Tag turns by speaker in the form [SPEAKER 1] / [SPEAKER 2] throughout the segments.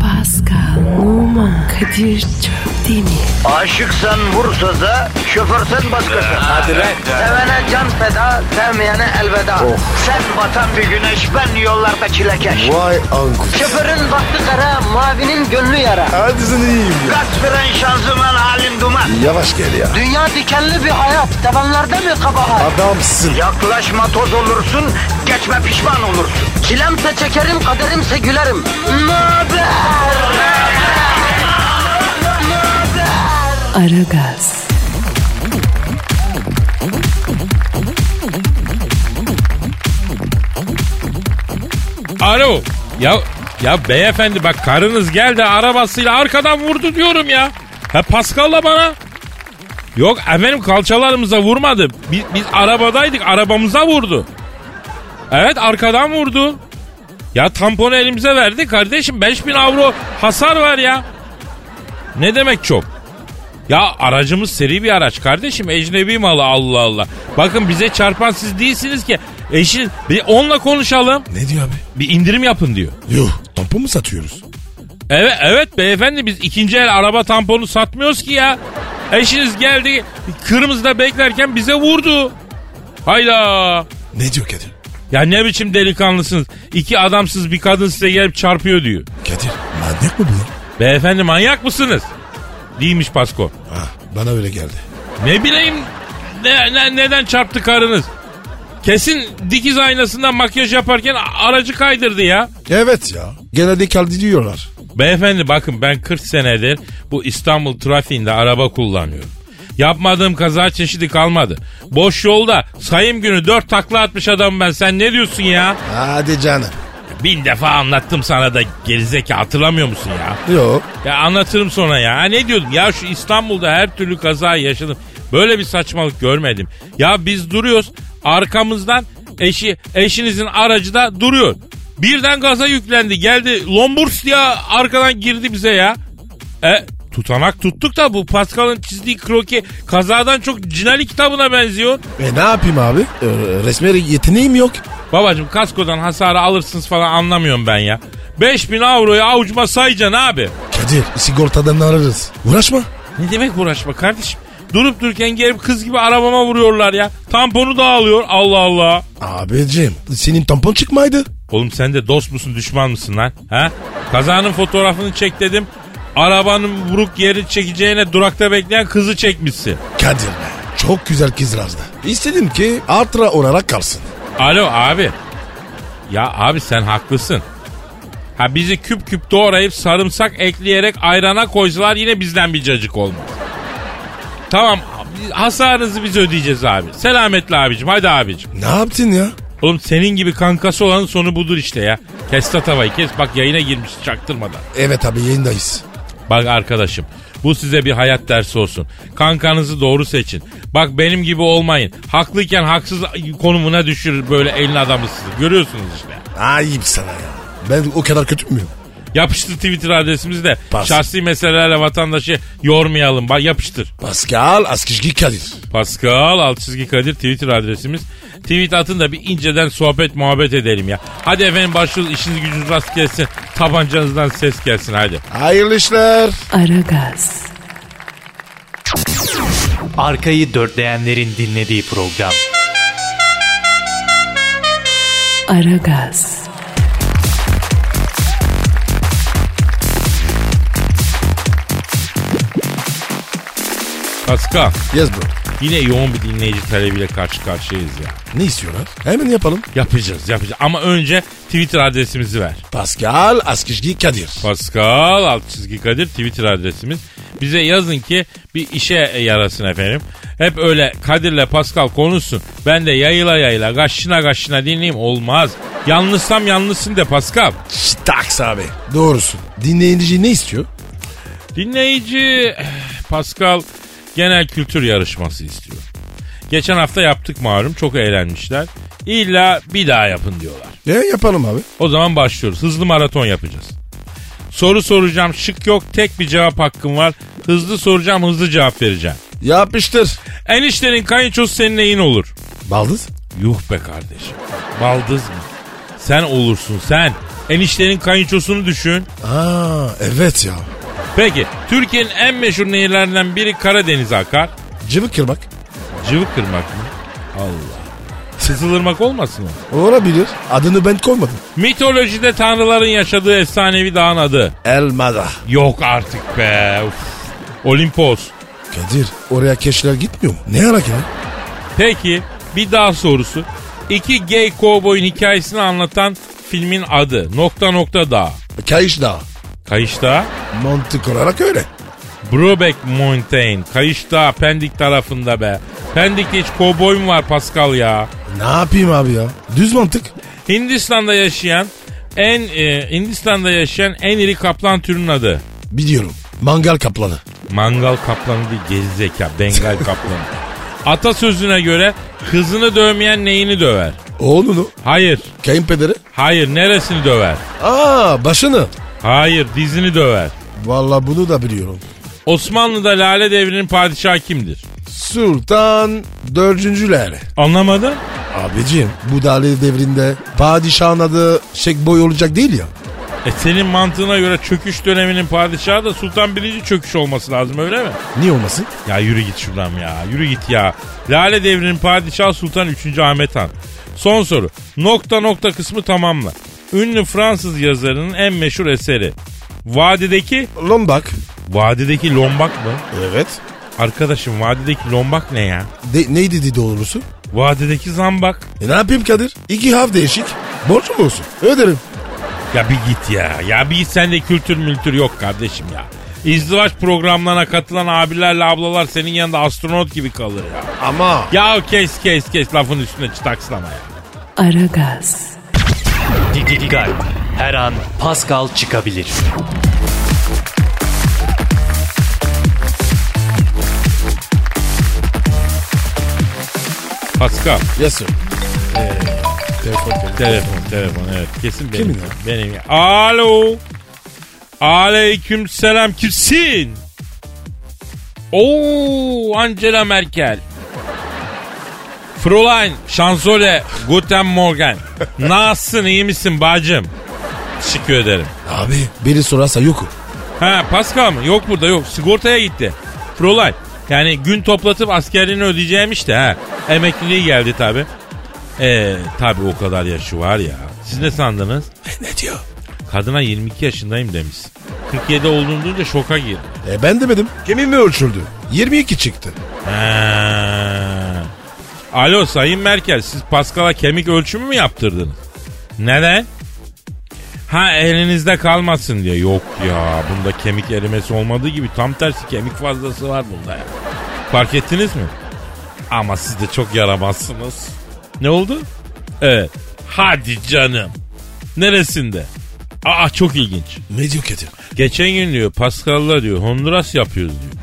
[SPEAKER 1] Pascal, Oman, Kadir çok değil mi?
[SPEAKER 2] Aşıksan vursa da şoförsen başkasın. Hadi
[SPEAKER 3] lan.
[SPEAKER 2] Sevene can feda, sevmeyene elveda. Sen batan bir güneş, ben yollarda çilekeş.
[SPEAKER 3] Vay anku.
[SPEAKER 2] Şoförün baktı kara, mavinin gönlü yara.
[SPEAKER 3] Hadi sen iyiyim ya.
[SPEAKER 2] Kasperen şanzıman halin duman.
[SPEAKER 3] Yavaş gel ya.
[SPEAKER 2] Dünya dikenli bir hayat, sevenlerde mi kabahar?
[SPEAKER 3] Adamsın.
[SPEAKER 2] Yaklaşma toz olursun, geçme pişman olursun. Çilemse çekerim, kaderimse gülerim. Möber!
[SPEAKER 1] Aragaz,
[SPEAKER 4] Alo. Ya ya beyefendi bak karınız geldi arabasıyla arkadan vurdu diyorum ya. Ha Pascal'la bana. Yok efendim kalçalarımıza vurmadı. Biz, biz arabadaydık arabamıza vurdu. Evet arkadan vurdu. Ya tamponu elimize verdi kardeşim 5000 avro hasar var ya. Ne demek çok? Ya aracımız seri bir araç kardeşim. Ecnebi malı Allah Allah. Bakın bize çarpan siz değilsiniz ki. Eşin bir onunla konuşalım.
[SPEAKER 5] Ne diyor abi?
[SPEAKER 4] Bir indirim yapın diyor.
[SPEAKER 5] Yok tampon mu satıyoruz?
[SPEAKER 4] Evet evet beyefendi biz ikinci el araba tamponu satmıyoruz ki ya. Eşiniz geldi kırmızıda beklerken bize vurdu. Hayda.
[SPEAKER 5] Ne diyor Kadir?
[SPEAKER 4] Ya ne biçim delikanlısınız. İki adamsız bir kadın size gelip çarpıyor diyor.
[SPEAKER 5] Kadir manyak mı bu lan?
[SPEAKER 4] Beyefendi manyak mısınız? Değilmiş Pasko.
[SPEAKER 5] Ha, bana öyle geldi.
[SPEAKER 4] Ne bileyim ne, ne- neden çarptı karınız? Kesin dikiz aynasından makyaj yaparken a- aracı kaydırdı ya.
[SPEAKER 5] Evet ya. Genelde kaldı diyorlar.
[SPEAKER 4] Beyefendi bakın ben 40 senedir bu İstanbul trafiğinde araba kullanıyorum. Yapmadığım kaza çeşidi kalmadı. Boş yolda sayım günü dört takla atmış adam ben. Sen ne diyorsun ya?
[SPEAKER 5] Hadi canım.
[SPEAKER 4] Bin defa anlattım sana da gerizeki hatırlamıyor musun ya?
[SPEAKER 5] Yok.
[SPEAKER 4] Ya anlatırım sonra ya. Ha, ne diyordum? Ya şu İstanbul'da her türlü kaza yaşadım. Böyle bir saçmalık görmedim. Ya biz duruyoruz. Arkamızdan eşi eşinizin aracı da duruyor. Birden gaza yüklendi. Geldi lomburs diye arkadan girdi bize ya. E tutanak tuttuk da bu Pascal'ın çizdiği kroki kazadan çok cinali kitabına benziyor.
[SPEAKER 5] E ne yapayım abi? Ee, resme yeteneğim yok.
[SPEAKER 4] Babacım kaskodan hasarı alırsınız falan anlamıyorum ben ya. 5000 avroyu avucuma sayacaksın abi.
[SPEAKER 5] Kadir sigortadan ararız. Uğraşma.
[SPEAKER 4] Ne demek uğraşma kardeşim? Durup dururken gelip kız gibi arabama vuruyorlar ya. Tamponu dağılıyor Allah Allah.
[SPEAKER 5] Abicim senin tampon çıkmaydı.
[SPEAKER 4] Oğlum sen de dost musun düşman mısın lan? Ha? Kazanın fotoğrafını çek dedim. Arabanın vuruk yeri çekeceğine durakta bekleyen kızı çekmişsin.
[SPEAKER 5] Kadir be. Çok güzel kızlardı. İstedim ki artıra olarak kalsın.
[SPEAKER 4] Alo abi. Ya abi sen haklısın. Ha bizi küp küp doğrayıp sarımsak ekleyerek ayrana koysalar yine bizden bir cacık olmaz. Tamam hasarınızı biz ödeyeceğiz abi. Selametle abicim hadi abicim.
[SPEAKER 5] Ne yaptın ya?
[SPEAKER 4] Oğlum senin gibi kankası olanın sonu budur işte ya. Kes tatavayı kes bak yayına girmiş çaktırmadan.
[SPEAKER 5] Evet abi yayındayız.
[SPEAKER 4] Bak arkadaşım bu size bir hayat dersi olsun. Kankanızı doğru seçin. Bak benim gibi olmayın. Haklıyken haksız konumuna düşürür böyle elin adamı sizi. Görüyorsunuz işte.
[SPEAKER 5] Ayıp sana ya. Ben o kadar kötü müyüm?
[SPEAKER 4] Yapıştır Twitter adresimizi de
[SPEAKER 5] Pas.
[SPEAKER 4] şahsi meselelerle vatandaşı yormayalım. Bak yapıştır.
[SPEAKER 5] Pascal Askışki Kadir.
[SPEAKER 4] Pascal alt çizgi Kadir Twitter adresimiz. Tweet atın da bir inceden sohbet muhabbet edelim ya. Hadi efendim başlıyoruz işiniz gücünüz rast gelsin. Tabancanızdan ses gelsin hadi.
[SPEAKER 5] Hayırlı işler.
[SPEAKER 1] Aragaz,
[SPEAKER 6] Arkayı dörtleyenlerin dinlediği program.
[SPEAKER 1] Aragaz,
[SPEAKER 4] Pascal
[SPEAKER 5] Yes bro.
[SPEAKER 4] yine yoğun bir dinleyici talebiyle karşı karşıyayız ya.
[SPEAKER 5] Ne istiyorlar? Hemen yapalım.
[SPEAKER 4] Yapacağız yapacağız ama önce Twitter adresimizi ver.
[SPEAKER 5] Pascal Askışki Kadir.
[SPEAKER 4] Pascal alt çizgi Kadir Twitter adresimiz. Bize yazın ki bir işe yarasın efendim. Hep öyle Kadir'le Pascal konuşsun. Ben de yayıla yayıla gaşına gaşına dinleyeyim olmaz. Yanlışsam yanlışsın de Pascal.
[SPEAKER 5] Taks abi. Doğrusun. Dinleyici ne istiyor?
[SPEAKER 4] Dinleyici eh, Pascal genel kültür yarışması istiyor. Geçen hafta yaptık malum çok eğlenmişler. İlla bir daha yapın diyorlar.
[SPEAKER 5] E yapalım abi.
[SPEAKER 4] O zaman başlıyoruz. Hızlı maraton yapacağız. Soru soracağım şık yok tek bir cevap hakkım var. Hızlı soracağım hızlı cevap vereceğim.
[SPEAKER 5] Yapıştır.
[SPEAKER 4] Eniştenin kayınçosu senin neyin olur?
[SPEAKER 5] Baldız.
[SPEAKER 4] Yuh be kardeşim. Baldız mı? Sen olursun sen. Eniştenin kayınçosunu düşün.
[SPEAKER 5] Aa evet ya.
[SPEAKER 4] Peki Türkiye'nin en meşhur nehirlerinden biri Karadeniz'e akar.
[SPEAKER 5] Cıvık kırmak.
[SPEAKER 4] Cıvık kırmak mı? Allah. Sızılırmak olmasın o?
[SPEAKER 5] Olabilir. Adını ben koymadım.
[SPEAKER 4] Mitolojide tanrıların yaşadığı efsanevi dağın adı.
[SPEAKER 5] Elmada.
[SPEAKER 4] Yok artık be. Uf. Olimpos.
[SPEAKER 5] Kadir oraya keşler gitmiyor mu? Ne ara ya?
[SPEAKER 4] Peki bir daha sorusu. İki gay cowboy'un hikayesini anlatan filmin adı. Nokta nokta dağ.
[SPEAKER 5] Kayış Dağı.
[SPEAKER 4] Kayış Dağı.
[SPEAKER 5] Mantık olarak öyle.
[SPEAKER 4] Brubeck Mountain. Kayış Dağı Pendik tarafında be. Pendik'te hiç cowboy mu var Pascal ya?
[SPEAKER 5] Ne yapayım abi ya? Düz mantık.
[SPEAKER 4] Hindistan'da yaşayan en e, Hindistan'da yaşayan en iri kaplan türünün adı.
[SPEAKER 5] Biliyorum. Mangal kaplanı.
[SPEAKER 4] Mangal kaplanı değil gerizeka Bengal kaplanı. Atasözüne göre kızını dövmeyen neyini döver?
[SPEAKER 5] Oğlunu.
[SPEAKER 4] Hayır.
[SPEAKER 5] Kayınpederi.
[SPEAKER 4] Hayır neresini döver?
[SPEAKER 5] Aa başını.
[SPEAKER 4] Hayır dizini döver.
[SPEAKER 5] Vallahi bunu da biliyorum.
[SPEAKER 4] Osmanlı'da Lale Devri'nin padişahı kimdir?
[SPEAKER 5] Sultan dördüncüler.
[SPEAKER 4] Anlamadın?
[SPEAKER 5] Abicim bu Dali devrinde padişahın adı Şekboy olacak değil ya.
[SPEAKER 4] E senin mantığına göre çöküş döneminin padişahı da Sultan 1. çöküş olması lazım öyle mi?
[SPEAKER 5] Niye olmasın?
[SPEAKER 4] Ya yürü git şuradan ya. Yürü git ya. Lale devrinin padişahı Sultan 3. Ahmet Han. Son soru. Nokta nokta kısmı tamamla. Ünlü Fransız yazarının en meşhur eseri. Vadideki,
[SPEAKER 5] Lombak.
[SPEAKER 4] vadideki lombak mı?
[SPEAKER 5] Evet.
[SPEAKER 4] Arkadaşım vadideki lombak ne ya?
[SPEAKER 5] De, neydi dedi doğrusu?
[SPEAKER 4] Vadideki zambak.
[SPEAKER 5] E ne yapayım Kadir? İki harf değişik. Borcum olsun. Öderim.
[SPEAKER 4] Ya bir git ya. Ya bir git sende kültür mültür yok kardeşim ya. İzdivaç programlarına katılan abilerle ablalar senin yanında astronot gibi kalır ya.
[SPEAKER 5] Ama.
[SPEAKER 4] Ya kes kes kes lafın üstüne çıtakslama ya.
[SPEAKER 1] Aragaz,
[SPEAKER 6] Dikkat. Her an Pascal çıkabilir.
[SPEAKER 4] Pascal.
[SPEAKER 5] Yes sir. Ee, telefon geldi.
[SPEAKER 4] Telefon, telefon evet. Kesin benim.
[SPEAKER 5] Kimin o?
[SPEAKER 4] Benim. ya. Alo. Aleyküm selam. Kimsin? Oo, Angela Merkel. Fräulein, Şansölye, Guten Morgen. Nasılsın, iyi misin bacım? Teşekkür ederim.
[SPEAKER 5] Abi biri sorarsa yokum.
[SPEAKER 4] Ha Pascal mı? Yok burada yok. Sigortaya gitti. Fräulein. Yani gün toplatıp askerliğini ödeyeceğim işte ha. Emekliliği geldi tabi. Eee tabi o kadar yaşı var ya. Siz ne sandınız?
[SPEAKER 5] E, Ne diyor?
[SPEAKER 4] Kadına 22 yaşındayım demiş. 47 olduğunu duyunca şoka girdi.
[SPEAKER 5] E ben demedim. Kemim mi ölçüldü? 22 çıktı.
[SPEAKER 4] Ha. Alo Sayın Merkel siz Paskal'a kemik ölçümü mü yaptırdınız? Neden? Ha elinizde kalmasın diye. Yok ya bunda kemik erimesi olmadığı gibi tam tersi kemik fazlası var bunda ya. Fark ettiniz mi? Ama siz de çok yaramazsınız. Ne oldu? Evet. Hadi canım. Neresinde? Aa çok ilginç.
[SPEAKER 5] Ne diyor Kadir?
[SPEAKER 4] Geçen gün diyor Pascal'la diyor Honduras yapıyoruz diyor.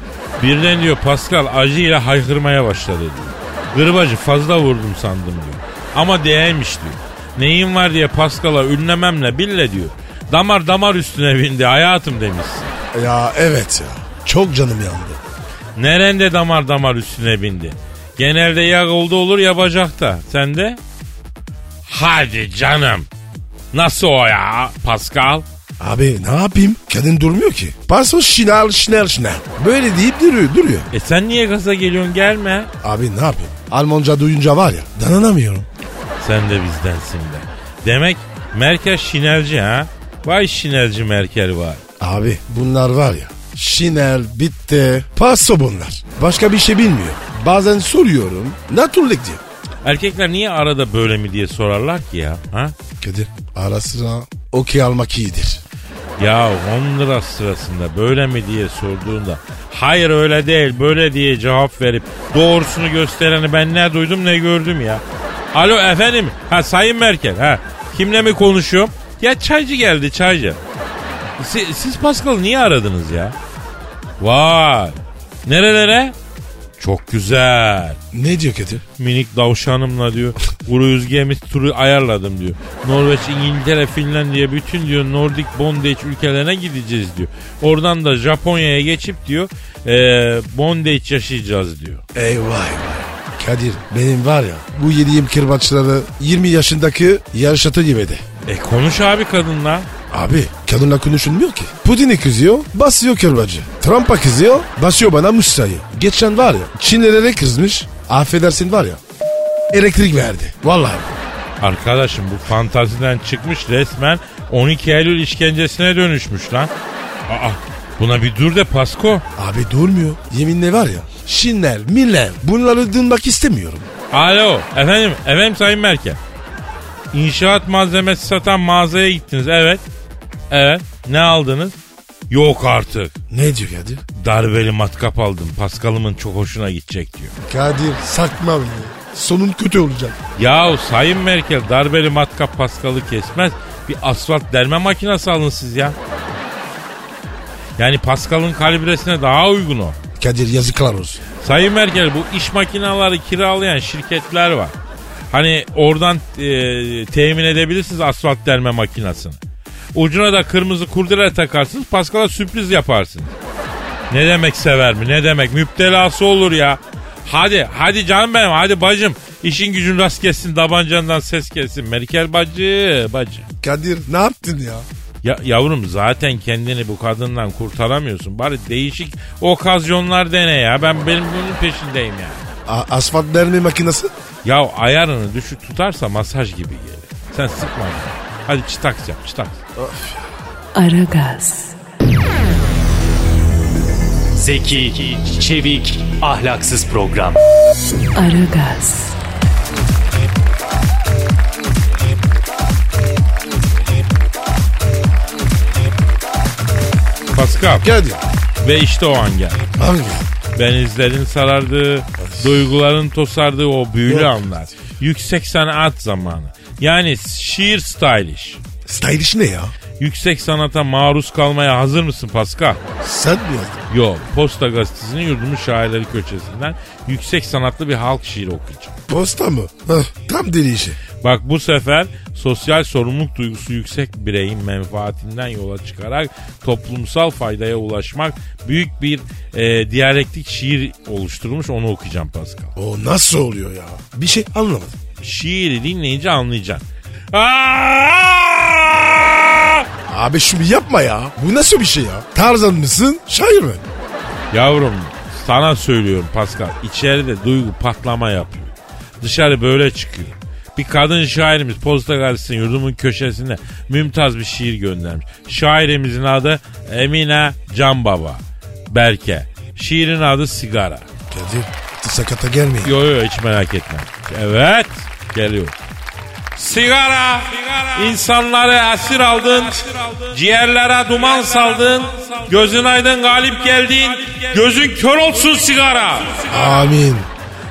[SPEAKER 4] Birden diyor Pascal acıyla haykırmaya başladı diyor. Gırbacı fazla vurdum sandım diyor. Ama değermiş diyor. Neyin var diye Pascal'a ünlememle bille diyor. Damar damar üstüne bindi hayatım demişsin.
[SPEAKER 5] Ya evet ya. Çok canım yandı.
[SPEAKER 4] Nerende damar damar üstüne bindi? Genelde ya kolda olur ya bacakta. Sen de? Hadi canım. Nasıl o ya Pascal?
[SPEAKER 5] Abi ne yapayım? Kadın durmuyor ki. Parson şinal şinal şinal. Böyle deyip duruyor, duruyor.
[SPEAKER 4] E sen niye gaza geliyorsun gelme.
[SPEAKER 5] Abi ne yapayım? Almanca duyunca var ya dayanamıyorum.
[SPEAKER 4] Sen de bizdensin be. Demek Merkel şinelci ha? Vay şinelci Merkel var.
[SPEAKER 5] Abi bunlar var ya. Şinel bitti. Paso bunlar. Başka bir şey bilmiyor. Bazen soruyorum. Naturlik diyor.
[SPEAKER 4] Erkekler niye arada böyle mi diye sorarlar ki ya? Ha?
[SPEAKER 5] Kadir ara sıra okey almak iyidir.
[SPEAKER 4] Ya Honduras sırasında böyle mi diye sorduğunda hayır öyle değil böyle diye cevap verip doğrusunu göstereni ben ne duydum ne gördüm ya. Alo efendim ha Sayın Merkel ha kimle mi konuşuyorum? Ya çaycı geldi çaycı. Si- siz Pascal'ı niye aradınız ya? Vay nerelere? Çok güzel
[SPEAKER 5] Ne diyor Kadir?
[SPEAKER 4] minik davşanımla diyor. Cruise gemi turu ayarladım diyor. Norveç, İngiltere, Finlandiya bütün diyor Nordic Bondage ülkelerine gideceğiz diyor. Oradan da Japonya'ya geçip diyor eee Bondage yaşayacağız diyor.
[SPEAKER 5] Ey vay vay. Kadir benim var ya bu yediğim kırbaçları 20 yaşındaki yarış atı gibiydi.
[SPEAKER 4] E konuş abi kadınla.
[SPEAKER 5] Abi kadınla konuşulmuyor ki. Putin'i kızıyor, basıyor kırbacı. Trump'a kızıyor, basıyor bana Musa'yı. Geçen var ya, Çinlilere kızmış, affedersin var ya, elektrik verdi. Vallahi.
[SPEAKER 4] Arkadaşım bu fantaziden çıkmış resmen 12 Eylül işkencesine dönüşmüş lan. Aa buna bir dur de Pasko.
[SPEAKER 5] Abi durmuyor. Yeminle var ya, Çinler, Miller bunları duymak istemiyorum.
[SPEAKER 4] Alo efendim efendim Sayın Merkel. İnşaat malzemesi satan mağazaya gittiniz evet. Evet ne aldınız? Yok artık.
[SPEAKER 5] Ne diyor Kadir?
[SPEAKER 4] Darbeli matkap aldım. Paskal'ımın çok hoşuna gidecek diyor.
[SPEAKER 5] Kadir sakma beni. Sonun kötü olacak.
[SPEAKER 4] Yahu Sayın Merkel darbeli matkap Paskal'ı kesmez. Bir asfalt derme makinesi alın siz ya. Yani Paskal'ın kalibresine daha uygun o.
[SPEAKER 5] Kadir yazıklar olsun.
[SPEAKER 4] Sayın Merkel bu iş makineleri kiralayan şirketler var. Hani oradan e, temin edebilirsiniz asfalt derme makinesini. Ucuna da kırmızı kurdele takarsınız. Paskal'a sürpriz yaparsınız. Ne demek sever mi? Ne demek? Müptelası olur ya. Hadi, hadi canım benim, hadi bacım. İşin gücün rast gelsin, tabancandan ses gelsin. Merkel bacı, bacı.
[SPEAKER 5] Kadir ne yaptın ya?
[SPEAKER 4] Ya, yavrum zaten kendini bu kadından kurtaramıyorsun. Bari değişik okazyonlar dene ya. Ben benim bunun peşindeyim ya.
[SPEAKER 5] A- asfalt derme makinesi?
[SPEAKER 4] Ya ayarını düşük tutarsa masaj gibi gelir. Sen sıkma. ya. Hadi çıtaks yap çıtaks.
[SPEAKER 1] Aragaz,
[SPEAKER 6] Zeki, çevik, ahlaksız program.
[SPEAKER 1] Aragaz,
[SPEAKER 4] Pascal
[SPEAKER 5] Kadir.
[SPEAKER 4] ve işte o an geldi.
[SPEAKER 5] Hangi?
[SPEAKER 4] Benizlerin sarardığı, duyguların tosardığı o büyülü anlar. Yüksek sanat zamanı. Yani şiir stylish.
[SPEAKER 5] Stylish ne ya?
[SPEAKER 4] Yüksek sanata maruz kalmaya hazır mısın Pascal?
[SPEAKER 5] Sen mi yazdın?
[SPEAKER 4] Yo, Posta Gazetesi'nin yurdumun şairleri köşesinden yüksek sanatlı bir halk şiiri okuyacağım.
[SPEAKER 5] Posta mı? Hah, tam deli işi.
[SPEAKER 4] Bak bu sefer sosyal sorumluluk duygusu yüksek bireyin menfaatinden yola çıkarak toplumsal faydaya ulaşmak büyük bir e, diyalektik şiir oluşturmuş onu okuyacağım Pascal.
[SPEAKER 5] O nasıl oluyor ya? Bir şey anlamadım.
[SPEAKER 4] Şiiri dinleyince anlayacaksın. Aa!
[SPEAKER 5] Abi şunu yapma ya. Bu nasıl bir şey ya? Tarzan mısın? Şair mi?
[SPEAKER 4] Yavrum sana söylüyorum Pascal içeride duygu patlama yapıyor. Dışarı böyle çıkıyor. Bir kadın şairimiz Posta Gazetesi'nin yurdumun köşesine mümtaz bir şiir göndermiş. Şairimizin adı Emine Can Baba Berke. Şiirin adı Sigara.
[SPEAKER 5] Kadir sakata gelme. ya.
[SPEAKER 4] Yo yo hiç merak etme. Evet geliyor. Sigara, insanları esir aldın, ciğerlere duman saldın, gözün aydın galip geldin, gözün kör olsun sigara.
[SPEAKER 5] Amin.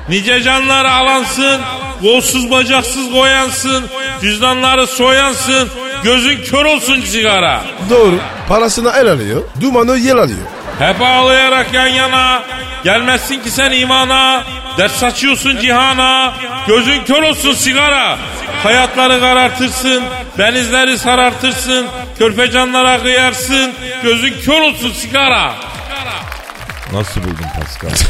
[SPEAKER 4] Nice canları alansın, golsuz bacaksız koyansın, cüzdanları soyansın, gözün kör olsun sigara.
[SPEAKER 5] Doğru. Parasını el alıyor. Dumanı yel alıyor.
[SPEAKER 4] Hep ağlayarak yan yana, gelmezsin ki sen imana, ders saçıyorsun cihana, gözün kör olsun sigara. Hayatları karartırsın, benizleri sarartırsın, körfecanlara kıyarsın, gözün kör olsun sigara. Nasıl buldun Pascal?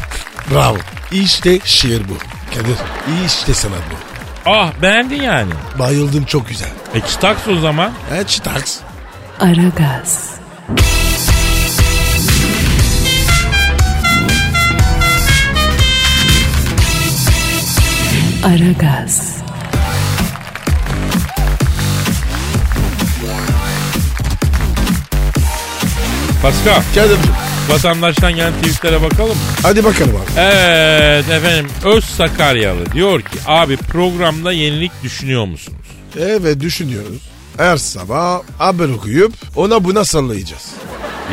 [SPEAKER 5] Bravo. İşte şiir bu. Kadir işte sanat bu.
[SPEAKER 4] ah beğendin yani.
[SPEAKER 5] Bayıldım çok güzel.
[SPEAKER 4] E çıtaks o zaman.
[SPEAKER 5] He çıtaks.
[SPEAKER 1] Aragaz, Aragaz,
[SPEAKER 4] Pascal,
[SPEAKER 5] Kadir
[SPEAKER 4] vatandaştan gelen tweetlere bakalım mı?
[SPEAKER 5] hadi bakalım abi.
[SPEAKER 4] Evet efendim Öz Sakaryalı diyor ki abi programda yenilik düşünüyor musunuz?
[SPEAKER 5] Evet düşünüyoruz. Her sabah haber okuyup ona buna sallayacağız.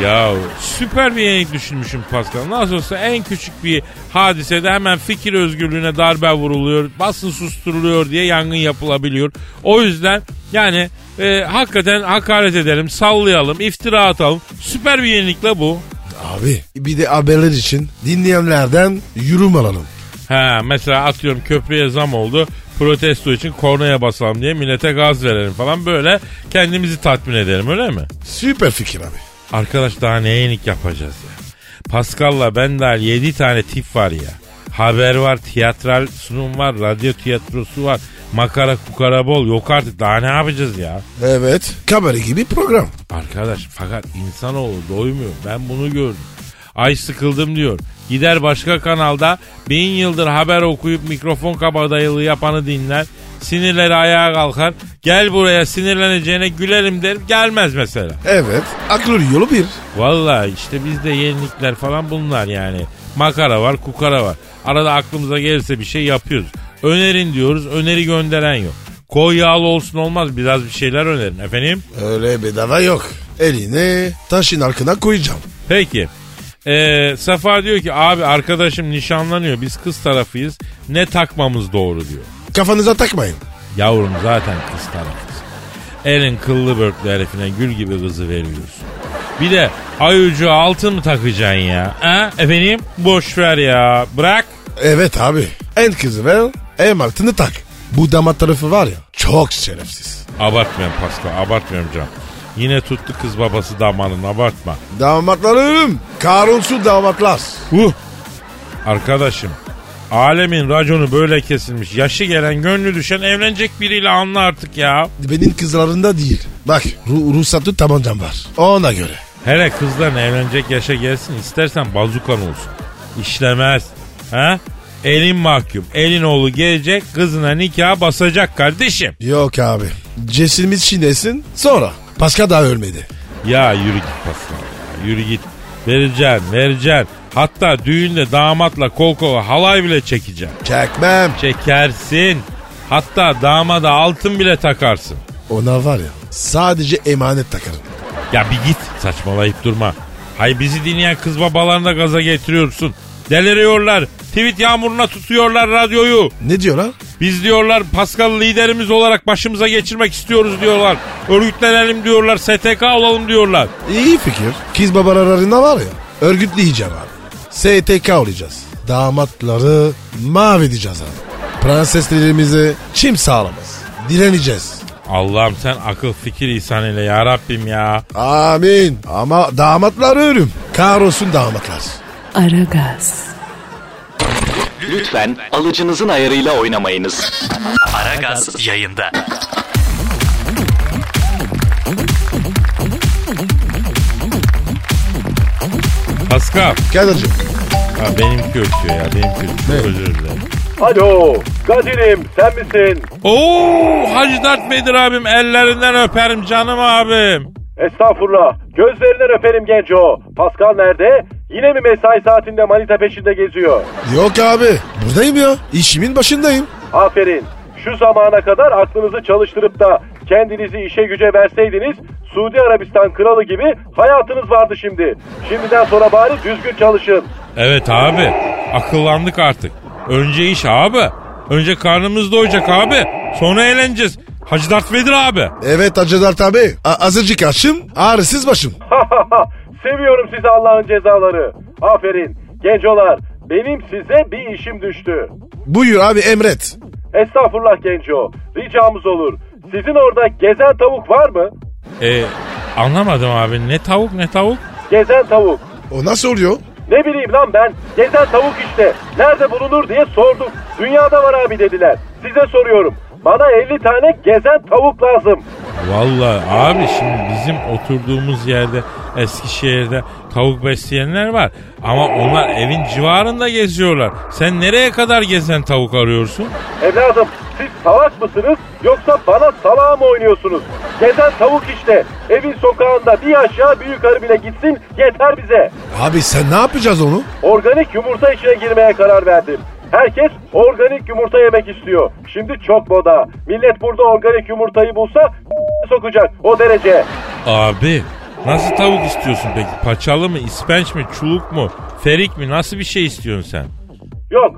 [SPEAKER 4] Ya süper bir yenilik düşünmüşüm Pascal. Nasıl olsa en küçük bir hadisede hemen fikir özgürlüğüne darbe vuruluyor, basın susturuluyor diye yangın yapılabiliyor. O yüzden yani e, hakikaten hakaret edelim, sallayalım, iftira atalım. Süper bir yenilikle bu.
[SPEAKER 5] Abi bir de haberler için dinleyenlerden yorum alalım.
[SPEAKER 4] Ha mesela atıyorum köprüye zam oldu. Protesto için kornaya basalım diye millete gaz verelim falan böyle kendimizi tatmin edelim öyle mi?
[SPEAKER 5] Süper fikir abi.
[SPEAKER 4] Arkadaş daha ne yenilik yapacağız ya? Pascal'la ben dahil 7 tane tip var ya. Haber var, tiyatral sunum var, radyo tiyatrosu var, Makara kukara bol yok artık daha ne yapacağız ya?
[SPEAKER 5] Evet. Kabare gibi program.
[SPEAKER 4] Arkadaş fakat insanoğlu doymuyor. Ben bunu gördüm. Ay sıkıldım diyor. Gider başka kanalda bin yıldır haber okuyup mikrofon kabadayılığı yapanı dinler. Sinirleri ayağa kalkar. Gel buraya sinirleneceğine gülerim der. Gelmez mesela.
[SPEAKER 5] Evet. Aklın yolu bir.
[SPEAKER 4] Valla işte bizde yenilikler falan bunlar yani. Makara var, kukara var. Arada aklımıza gelirse bir şey yapıyoruz. Önerin diyoruz, öneri gönderen yok. Koy yağlı olsun olmaz, biraz bir şeyler önerin efendim.
[SPEAKER 5] Öyle bedava yok. Eline taşın arkına koyacağım.
[SPEAKER 4] Peki. Ee, Safa diyor ki abi arkadaşım nişanlanıyor, biz kız tarafıyız. Ne takmamız doğru diyor.
[SPEAKER 5] Kafanıza takmayın.
[SPEAKER 4] Yavrum zaten kız tarafız. Elin kıllı börtlü herifine gül gibi kızı veriyorsun. Bir de ay ucu altın mı takacaksın ya? Ha? Efendim? Boş ver ya. Bırak.
[SPEAKER 5] Evet abi. En kızı ver, en altını tak. Bu damat tarafı var ya çok şerefsiz.
[SPEAKER 4] Abartmıyorum Pascal. Abartmıyorum canım. Yine tuttu kız babası damadın abartma.
[SPEAKER 5] Damatlarım, kahrolsun damatlar.
[SPEAKER 4] Huh. Arkadaşım alemin raconu böyle kesilmiş. Yaşı gelen gönlü düşen evlenecek biriyle anla artık ya.
[SPEAKER 5] Benim kızlarında değil. Bak ru- ruhsatlı tabancam var. Ona göre.
[SPEAKER 4] Hele kızların evlenecek yaşa gelsin istersen bazukan olsun. İşlemez. Ha? Elin mahkum. Elin oğlu gelecek kızına nikaha basacak kardeşim.
[SPEAKER 5] Yok abi. Cesilimiz çiğnesin sonra. Paska daha ölmedi.
[SPEAKER 4] Ya yürü git Pascal ya, yürü git. Vereceksin vereceksin. Hatta düğünde damatla kol kola halay bile çekeceksin.
[SPEAKER 5] Çekmem.
[SPEAKER 4] Çekersin. Hatta damada altın bile takarsın.
[SPEAKER 5] Ona var ya sadece emanet takarım.
[SPEAKER 4] Ya bir git saçmalayıp durma. Hay bizi dinleyen kız babalarını da gaza getiriyorsun. Deliriyorlar. Tweet yağmuruna tutuyorlar radyoyu.
[SPEAKER 5] Ne diyor lan?
[SPEAKER 4] Biz diyorlar Pascal liderimiz olarak başımıza geçirmek istiyoruz diyorlar. Örgütlenelim diyorlar. STK olalım diyorlar.
[SPEAKER 5] İyi fikir. Kız babalarında var ya örgütleyeceğim abi. STK olacağız. Damatları mahvedeceğiz abi. Prenseslerimizi çim sağlamaz. Direneceğiz.
[SPEAKER 4] Allah'ım sen akıl fikir ihsan ile ya Rabbim ya.
[SPEAKER 5] Amin. Ama damatlar ölüm. Kahrolsun damatlar.
[SPEAKER 1] Aragaz,
[SPEAKER 7] Lütfen alıcınızın ayarıyla oynamayınız.
[SPEAKER 6] Aragaz yayında.
[SPEAKER 4] Pascal.
[SPEAKER 5] Kadir'cim.
[SPEAKER 4] Ha, benimki ötüyor ya benimki ötüyor. Özür dilerim.
[SPEAKER 8] Alo Kadir'im sen misin?
[SPEAKER 4] Oo Hacı Dert Vedir abim ellerinden öperim canım abim.
[SPEAKER 8] Estağfurullah. Gözlerinden öperim genç o. Pascal nerede? Yine mi mesai saatinde manita peşinde geziyor?
[SPEAKER 5] Yok abi. Buradayım ya. İşimin başındayım.
[SPEAKER 8] Aferin. Şu zamana kadar aklınızı çalıştırıp da kendinizi işe güce verseydiniz Suudi Arabistan kralı gibi hayatınız vardı şimdi. Şimdiden sonra bari düzgün çalışın.
[SPEAKER 4] Evet abi akıllandık artık. Önce iş abi. Önce karnımız doyacak abi. Sonra eğleneceğiz. Hacı Dert Vedir abi.
[SPEAKER 5] Evet Hacı Dert abi. A- azıcık açım ağrısız başım.
[SPEAKER 8] Seviyorum sizi Allah'ın cezaları. Aferin. Gencolar benim size bir işim düştü.
[SPEAKER 5] Buyur abi emret.
[SPEAKER 8] Estağfurullah Genco. Ricamız olur. Sizin orada gezen tavuk var mı?
[SPEAKER 4] Ee, anlamadım abi ne tavuk ne tavuk.
[SPEAKER 8] Gezen tavuk.
[SPEAKER 5] O nasıl oluyor?
[SPEAKER 8] Ne bileyim lan ben. Gezen tavuk işte. Nerede bulunur diye sorduk. Dünyada var abi dediler. Size soruyorum. Bana 50 tane gezen tavuk lazım.
[SPEAKER 4] Vallahi abi şimdi bizim oturduğumuz yerde Eskişehir'de tavuk besleyenler var. Ama onlar evin civarında geziyorlar. Sen nereye kadar gezen tavuk arıyorsun?
[SPEAKER 8] Evladım siz salak mısınız yoksa bana salağa mı oynuyorsunuz? Gezen tavuk işte. Evin sokağında bir aşağı bir yukarı bile gitsin yeter bize.
[SPEAKER 5] Abi sen ne yapacağız onu?
[SPEAKER 8] Organik yumurta işine girmeye karar verdim. Herkes organik yumurta yemek istiyor. Şimdi çok moda. Millet burada organik yumurtayı bulsa sokacak o derece.
[SPEAKER 4] Abi nasıl tavuk istiyorsun peki? Paçalı mı, ispenç mi, çuluk mu, ferik mi? Nasıl bir şey istiyorsun sen?
[SPEAKER 8] Yok.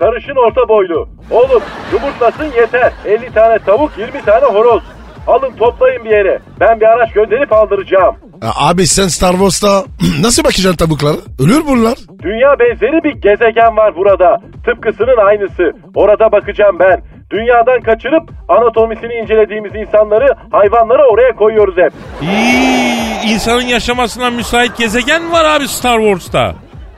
[SPEAKER 8] Sarışın orta boylu. Oğlum yumurtlasın yeter. 50 tane tavuk 20 tane horoz. Alın toplayın bir yere. Ben bir araç gönderip aldıracağım.
[SPEAKER 5] A- Abi sen Star Wars'ta nasıl bakacaksın tavuklara? Ölür bunlar.
[SPEAKER 8] Dünya benzeri bir gezegen var burada. Tıpkısının aynısı. Orada bakacağım ben. Dünyadan kaçırıp anatomisini incelediğimiz insanları, hayvanları oraya koyuyoruz hep.
[SPEAKER 4] İyi, insanın yaşamasına müsait gezegen mi var abi Star Wars'ta?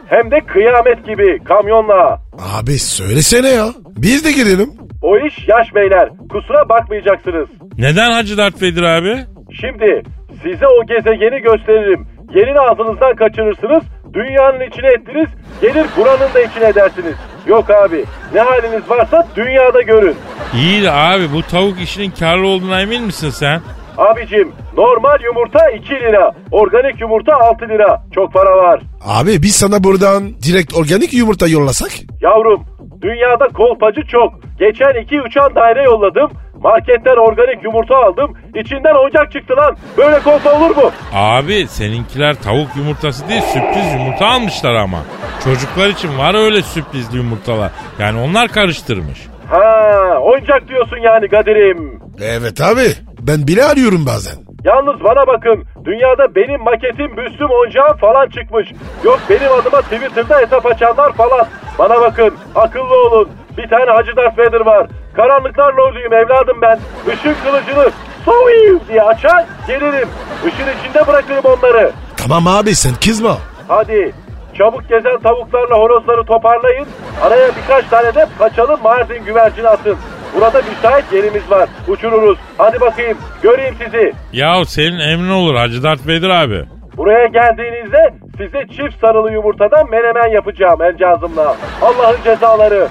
[SPEAKER 8] Hem de kıyamet gibi kamyonla.
[SPEAKER 5] Abi söylesene ya. Biz de girelim.
[SPEAKER 8] O iş yaş beyler. Kusura bakmayacaksınız.
[SPEAKER 4] Neden Hacı Dert Vedir abi?
[SPEAKER 8] Şimdi size o gezegeni gösteririm. Yerini ağzınızdan kaçırırsınız. Dünyanın içine ettiniz. Gelir buranın da içine edersiniz. Yok abi. Ne haliniz varsa dünyada görün.
[SPEAKER 4] İyi de abi bu tavuk işinin karlı olduğuna emin misin sen?
[SPEAKER 8] Abicim normal yumurta 2 lira. Organik yumurta 6 lira. Çok para var.
[SPEAKER 5] Abi biz sana buradan direkt organik yumurta yollasak?
[SPEAKER 8] Yavrum dünyada kolpacı çok. Geçen 2-3 an daire yolladım. Marketten organik yumurta aldım. İçinden oyuncak çıktı lan. Böyle kolpa olur mu?
[SPEAKER 4] Abi seninkiler tavuk yumurtası değil sürpriz yumurta almışlar ama. Çocuklar için var öyle sürprizli yumurtalar. Yani onlar karıştırmış.
[SPEAKER 8] Ha oyuncak diyorsun yani Kadir'im.
[SPEAKER 5] Evet abi. Ben bile arıyorum bazen.
[SPEAKER 8] Yalnız bana bakın. Dünyada benim maketim büstüm oyuncağım falan çıkmış. Yok benim adıma Twitter'da hesap açanlar falan. Bana bakın. Akıllı olun. Bir tane Hacı Darth Vader var. Karanlıklar lorduyum evladım ben. Işık kılıcını soğuyum diye açar gelirim. Işın içinde bırakırım onları.
[SPEAKER 5] Tamam abi sen kızma.
[SPEAKER 8] Hadi çabuk gezen tavuklarla horozları toparlayın. Araya birkaç tane de kaçalım Mardin güvercini atın. Burada müsait yerimiz var. Uçururuz. Hadi bakayım. Göreyim sizi.
[SPEAKER 4] Yahu senin emrin olur Hacı Dert Vedir abi.
[SPEAKER 8] Buraya geldiğinizde size çift sarılı yumurtadan menemen yapacağım elcazımla. Allah'ın cezaları.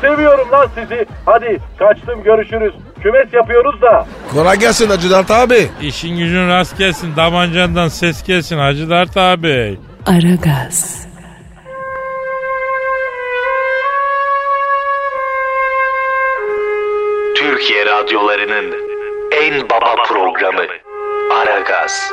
[SPEAKER 8] Seviyorum lan sizi. Hadi kaçtım görüşürüz. Kümes yapıyoruz da.
[SPEAKER 5] Kolay gelsin Hacı Dert abi.
[SPEAKER 4] İşin gücün rast gelsin, davancandan ses gelsin Hacı Dert abi.
[SPEAKER 1] Aragaz.
[SPEAKER 7] Türkiye radyolarının en baba programı Aragaz.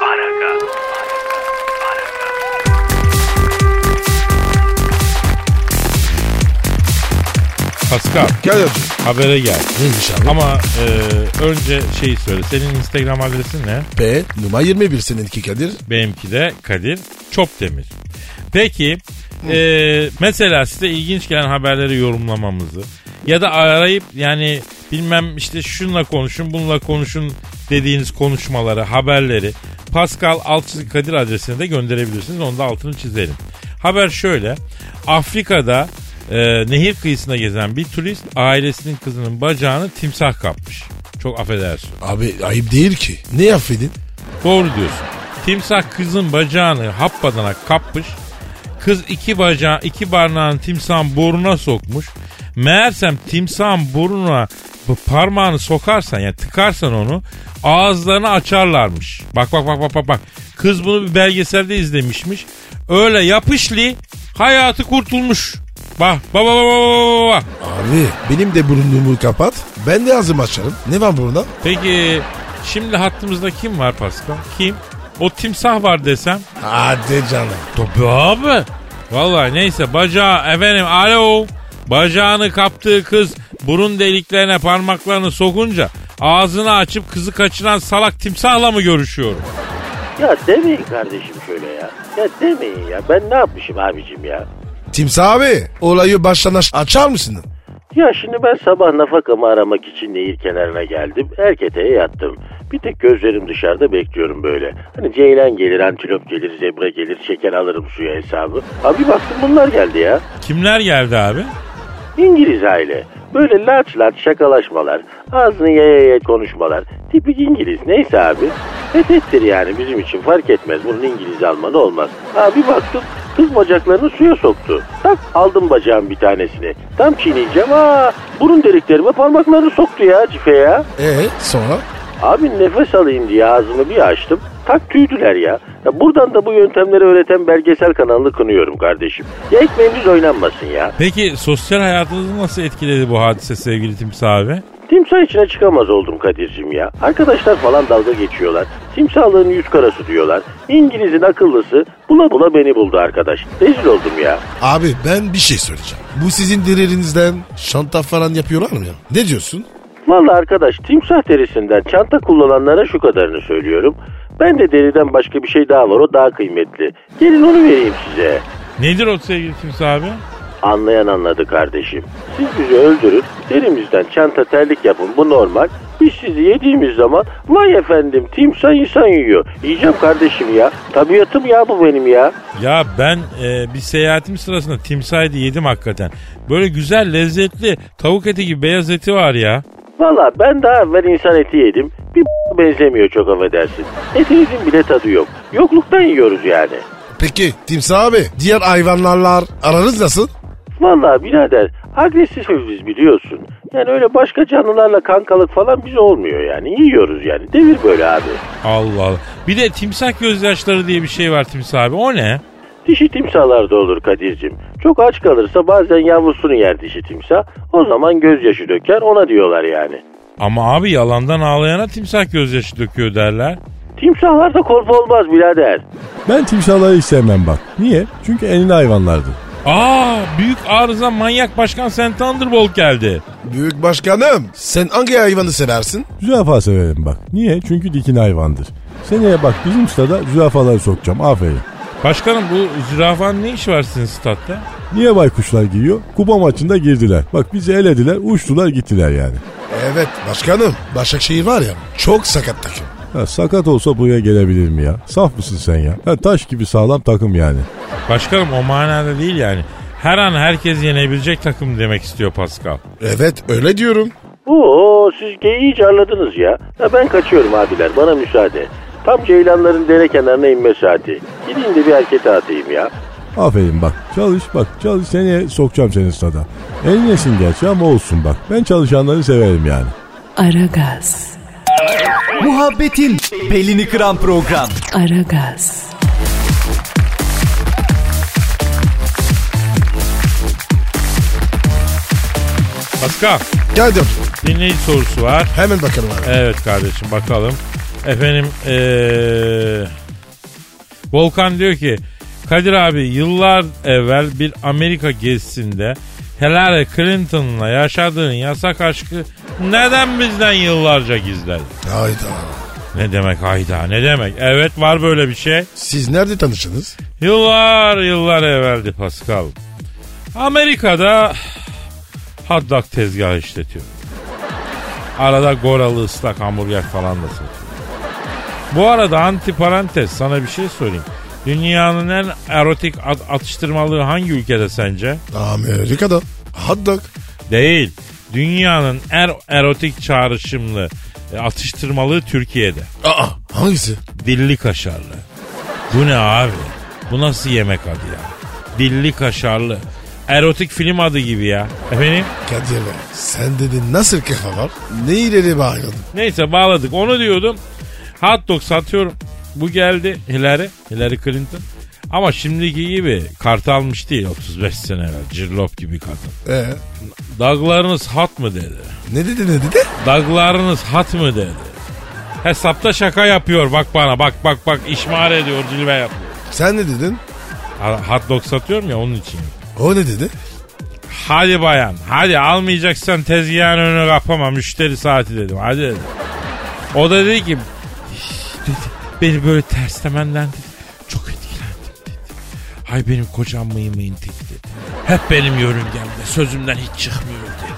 [SPEAKER 4] Pascal
[SPEAKER 5] Gel hacı.
[SPEAKER 4] habere gel.
[SPEAKER 5] Neymiş abi?
[SPEAKER 4] Ama e, önce şeyi söyle. Senin Instagram adresin ne?
[SPEAKER 5] P numara 21 seninki Kadir.
[SPEAKER 4] Benimki de Kadir Çopdemir. Peki e, mesela size ilginç gelen haberleri yorumlamamızı ya da arayıp yani bilmem işte şunla konuşun bununla konuşun dediğiniz konuşmaları, haberleri Pascal Altçızı Kadir adresine de gönderebilirsiniz. Onu da altını çizelim. Haber şöyle. Afrika'da e, nehir kıyısında gezen bir turist ailesinin kızının bacağını timsah kapmış. Çok affedersin.
[SPEAKER 5] Abi ayıp değil ki. Ne affedin?
[SPEAKER 4] Doğru diyorsun. Timsah kızın bacağını happadana kapmış. Kız iki bacağı, iki parmağını timsahın burnuna sokmuş. Meğersem timsahın burnuna bu parmağını sokarsan yani tıkarsan onu ağızlarını açarlarmış. Bak bak bak bak bak bak. Kız bunu bir belgeselde izlemişmiş. Öyle yapışlı hayatı kurtulmuş. Bak bak bak bak bak, bak, bak.
[SPEAKER 5] Abi benim de burnumu kapat. Ben de ağzımı açarım. Ne var burada?
[SPEAKER 4] Peki şimdi hattımızda kim var Pascal? Kim? O timsah var desem.
[SPEAKER 5] Hadi canım.
[SPEAKER 4] Tabii abi. Vallahi neyse bacağı efendim alo. Bacağını kaptığı kız burun deliklerine parmaklarını sokunca ağzını açıp kızı kaçıran salak timsahla mı görüşüyorum?
[SPEAKER 9] Ya demeyin kardeşim şöyle ya. Ya demeyin ya. Ben ne yapmışım abicim ya?
[SPEAKER 5] Timsah abi olayı baştan aş- açar mısın?
[SPEAKER 9] Ya şimdi ben sabah nafakamı aramak için nehir kenarına geldim. Erketeye yattım. Bir tek gözlerim dışarıda bekliyorum böyle. Hani ceylan gelir, antilop gelir, zebra gelir, şeker alırım suya hesabı. Abi baktım bunlar geldi ya.
[SPEAKER 4] Kimler geldi abi?
[SPEAKER 9] İngiliz aile. Böyle laç laç şakalaşmalar, ağzını yaya yaya konuşmalar. Tipik İngiliz neyse abi. Fethettir yani bizim için fark etmez. Bunun İngiliz Almanı olmaz. Abi baktım kız bacaklarını suya soktu. Tak aldım bacağın bir tanesini. Tam çiğneyeceğim aa burun deliklerime parmaklarını soktu ya cife ya.
[SPEAKER 5] Ee sonra?
[SPEAKER 9] Abi nefes alayım diye ağzımı bir açtım. Tak tüydüler ya. ya. Buradan da bu yöntemleri öğreten belgesel kanalını kınıyorum kardeşim. Ya ekmeğimiz oynanmasın ya.
[SPEAKER 4] Peki sosyal hayatınızı nasıl etkiledi bu hadise sevgili timsah abi?
[SPEAKER 9] Timsah içine çıkamaz oldum Kadir'cim ya. Arkadaşlar falan dalga geçiyorlar. Timsahlığın yüz karası diyorlar. İngiliz'in akıllısı bula bula beni buldu arkadaş. Rezil oldum ya.
[SPEAKER 5] Abi ben bir şey söyleyeceğim. Bu sizin derilinizden şantaj falan yapıyorlar mı ya? Ne diyorsun?
[SPEAKER 9] Vallahi arkadaş timsah derisinden çanta kullananlara şu kadarını söylüyorum. Ben de deriden başka bir şey daha var o daha kıymetli. Gelin onu vereyim size.
[SPEAKER 4] Nedir o sevgili timsah abi?
[SPEAKER 9] Anlayan anladı kardeşim. Siz bizi öldürün, derimizden çanta terlik yapın bu normal. Biz sizi yediğimiz zaman vay efendim timsah insan yiyor. Yiyeceğim kardeşim ya. Tabiatım ya bu benim ya.
[SPEAKER 4] Ya ben e, bir seyahatim sırasında timsah eti yedim hakikaten. Böyle güzel lezzetli tavuk eti gibi beyaz eti var ya.
[SPEAKER 9] Valla ben daha evvel insan eti yedim. Bir benzemiyor çok affedersin. Etinizin bile tadı yok. Yokluktan yiyoruz yani.
[SPEAKER 5] Peki timsah abi diğer hayvanlarla aranız nasıl?
[SPEAKER 9] Valla birader agresifiz biz biliyorsun. Yani öyle başka canlılarla kankalık falan biz olmuyor yani. Yiyoruz yani. Devir böyle abi.
[SPEAKER 4] Allah Allah. Bir de timsah gözyaşları diye bir şey var timsah abi. O ne?
[SPEAKER 9] Dişi timsahlar da olur Kadir'cim. Çok aç kalırsa bazen yavrusunu yer dişi timsah. O zaman gözyaşı döker ona diyorlar yani.
[SPEAKER 4] Ama abi yalandan ağlayana timsah gözyaşı döküyor derler.
[SPEAKER 9] Timsahlar da korku olmaz birader.
[SPEAKER 10] Ben timsahları hiç sevmem bak. Niye? Çünkü elinde hayvanlardı.
[SPEAKER 4] Aa büyük arıza manyak başkan sen Thunderbolt geldi.
[SPEAKER 5] Büyük başkanım sen hangi hayvanı seversin?
[SPEAKER 10] Zürafa severim bak. Niye? Çünkü dikin hayvandır. Seneye bak bizim stada zürafaları sokacağım. Aferin.
[SPEAKER 4] Başkanım bu zürafanın ne işi var sizin statta?
[SPEAKER 10] Niye baykuşlar giriyor? Kuba maçında girdiler. Bak bizi elediler, uçtular gittiler yani.
[SPEAKER 5] Evet başkanım Başakşehir var ya çok sakat takım.
[SPEAKER 10] Ya sakat olsa buraya gelebilir mi ya? Saf mısın sen ya? ya taş gibi sağlam takım yani.
[SPEAKER 4] Başkanım o manada değil yani. Her an herkes yenebilecek takım demek istiyor Pascal.
[SPEAKER 5] Evet öyle diyorum.
[SPEAKER 9] Oo siz geyiği carladınız ya. ya. Ben kaçıyorum abiler bana müsaade. Tam ceylanların dere kenarına inme saati. Gideyim de bir harekete atayım ya.
[SPEAKER 10] Aferin bak. Çalış bak. Çalış seneye sokacağım seni stada. Elinesin gerçi ama olsun bak. Ben çalışanları severim yani.
[SPEAKER 1] Aragaz,
[SPEAKER 6] Muhabbetin belini kıran program.
[SPEAKER 1] Aragaz,
[SPEAKER 4] Pascal
[SPEAKER 5] Geldim.
[SPEAKER 4] dinleyici sorusu var.
[SPEAKER 5] Hemen bakalım abi.
[SPEAKER 4] Evet kardeşim bakalım. Efendim eee, Volkan diyor ki Kadir abi yıllar evvel bir Amerika gezisinde Hillary Clinton'la yaşadığın yasak aşkı neden bizden yıllarca gizledin?
[SPEAKER 5] Hayda.
[SPEAKER 4] Ne demek hayda ne demek? Evet var böyle bir şey.
[SPEAKER 5] Siz nerede tanıştınız?
[SPEAKER 4] Yıllar yıllar evveldi Pascal. Amerika'da haddak tezgahı işletiyor. Arada goralı ıslak hamburger falan da satıyor. Bu arada antiparantez sana bir şey sorayım. Dünyanın en erotik at- atıştırmalığı hangi ülkede sence?
[SPEAKER 5] Amerika'da. Haddak.
[SPEAKER 4] Değil. Dünyanın en erotik çağrışımlı e, atıştırmalığı Türkiye'de.
[SPEAKER 5] Aa hangisi?
[SPEAKER 4] Dilli kaşarlı. Bu ne abi? Bu nasıl yemek adı ya? Dilli kaşarlı. Erotik film adı gibi ya. Efendim?
[SPEAKER 5] Kadir be sen dedi nasıl kafa var? Ne ileri bağırdın?
[SPEAKER 4] Neyse bağladık. Onu diyordum. Hot dog satıyorum. Bu geldi Hillary. Hillary Clinton. Ama şimdiki gibi kart almış değil 35 sene evvel. Cirlop gibi kadın.
[SPEAKER 5] Ee,
[SPEAKER 4] Daglarınız hat mı dedi.
[SPEAKER 5] ne dedi ne dedi?
[SPEAKER 4] Daglarınız hat mı dedi. Hesapta şaka yapıyor bak bana bak bak bak işmar ediyor cilve yapıyor.
[SPEAKER 5] Sen ne dedin?
[SPEAKER 4] Ha- Hot dog satıyorum ya onun için.
[SPEAKER 5] O ne dedi?
[SPEAKER 4] Hadi bayan hadi almayacaksan tezgahın önünü kapama müşteri saati dedim hadi dedim. O da dedi ki "Hiş," dedi, beni böyle terslemenden dedi. Çok etkilendim dedi. Hay benim kocam mıyım mıyım tek dedi. Hep benim yörüngemde sözümden hiç çıkmıyor dedi.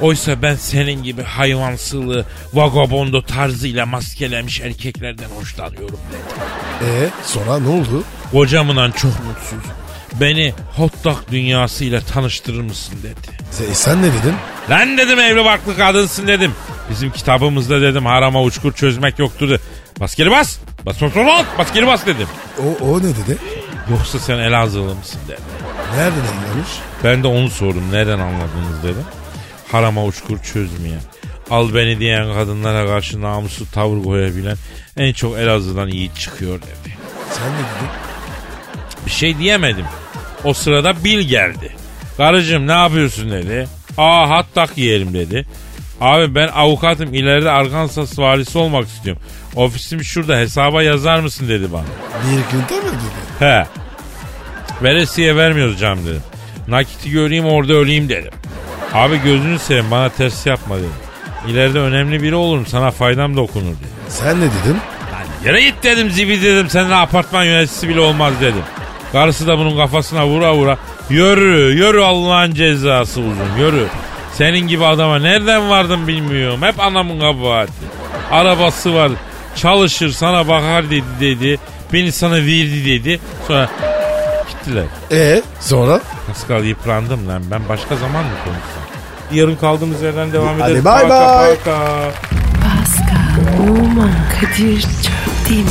[SPEAKER 4] Oysa ben senin gibi hayvansılı, vagabondo tarzıyla maskelenmiş erkeklerden hoşlanıyorum dedi.
[SPEAKER 5] Ee, sonra ne oldu?
[SPEAKER 4] Kocamından çok mutsuz. Beni hot dog dünyasıyla tanıştırır mısın dedi.
[SPEAKER 5] Sen, e, sen ne dedin?
[SPEAKER 4] Lan dedim evli barklı kadınsın dedim. Bizim kitabımızda dedim harama uçkur çözmek yoktur de. Bas geri bas. Bas bas bas bas, bas geri bas dedim.
[SPEAKER 5] O, o ne dedi?
[SPEAKER 4] Yoksa sen Elazığlı mısın dedi.
[SPEAKER 5] Nereden anlamış?
[SPEAKER 4] Ben de onu sordum. Nereden anladınız dedim. Harama uçkur çözmeyen. Al beni diyen kadınlara karşı namuslu tavır koyabilen en çok Elazığ'dan iyi çıkıyor dedi.
[SPEAKER 5] Sen ne dedin?
[SPEAKER 4] Bir şey diyemedim. O sırada Bil geldi. Karıcığım ne yapıyorsun dedi. Aa hattak yiyelim dedi. Abi ben avukatım ileride Arkansas valisi olmak istiyorum. Ofisim şurada hesaba yazar mısın dedi bana.
[SPEAKER 5] Bir Clinton mı dedi?
[SPEAKER 4] He. Veresiye vermiyoruz canım dedim. Nakiti göreyim orada öleyim dedim. Abi gözünü seveyim bana ters yapma dedim. İleride önemli biri olurum sana faydam dokunur dedi.
[SPEAKER 5] Sen ne dedin?
[SPEAKER 4] Lan yere git dedim zibi dedim senin apartman yöneticisi bile olmaz dedim. Karısı da bunun kafasına vura vura yürü yürü Allah'ın cezası uzun yürü. Senin gibi adama nereden vardım bilmiyorum. Hep anamın kabahati. Arabası var. Çalışır sana bakar dedi dedi. Beni sana verdi dedi. Sonra gittiler.
[SPEAKER 5] E sonra?
[SPEAKER 4] Pascal yıprandım lan. Ben başka zaman mı konuşsam? Yarın kaldığımız yerden devam
[SPEAKER 5] Hadi
[SPEAKER 4] ederiz.
[SPEAKER 5] bay
[SPEAKER 4] Paka,
[SPEAKER 5] bay.
[SPEAKER 4] paka.
[SPEAKER 1] Pascal, Oman, Kadir çok değil mi?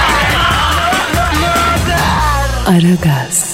[SPEAKER 1] Aragaz.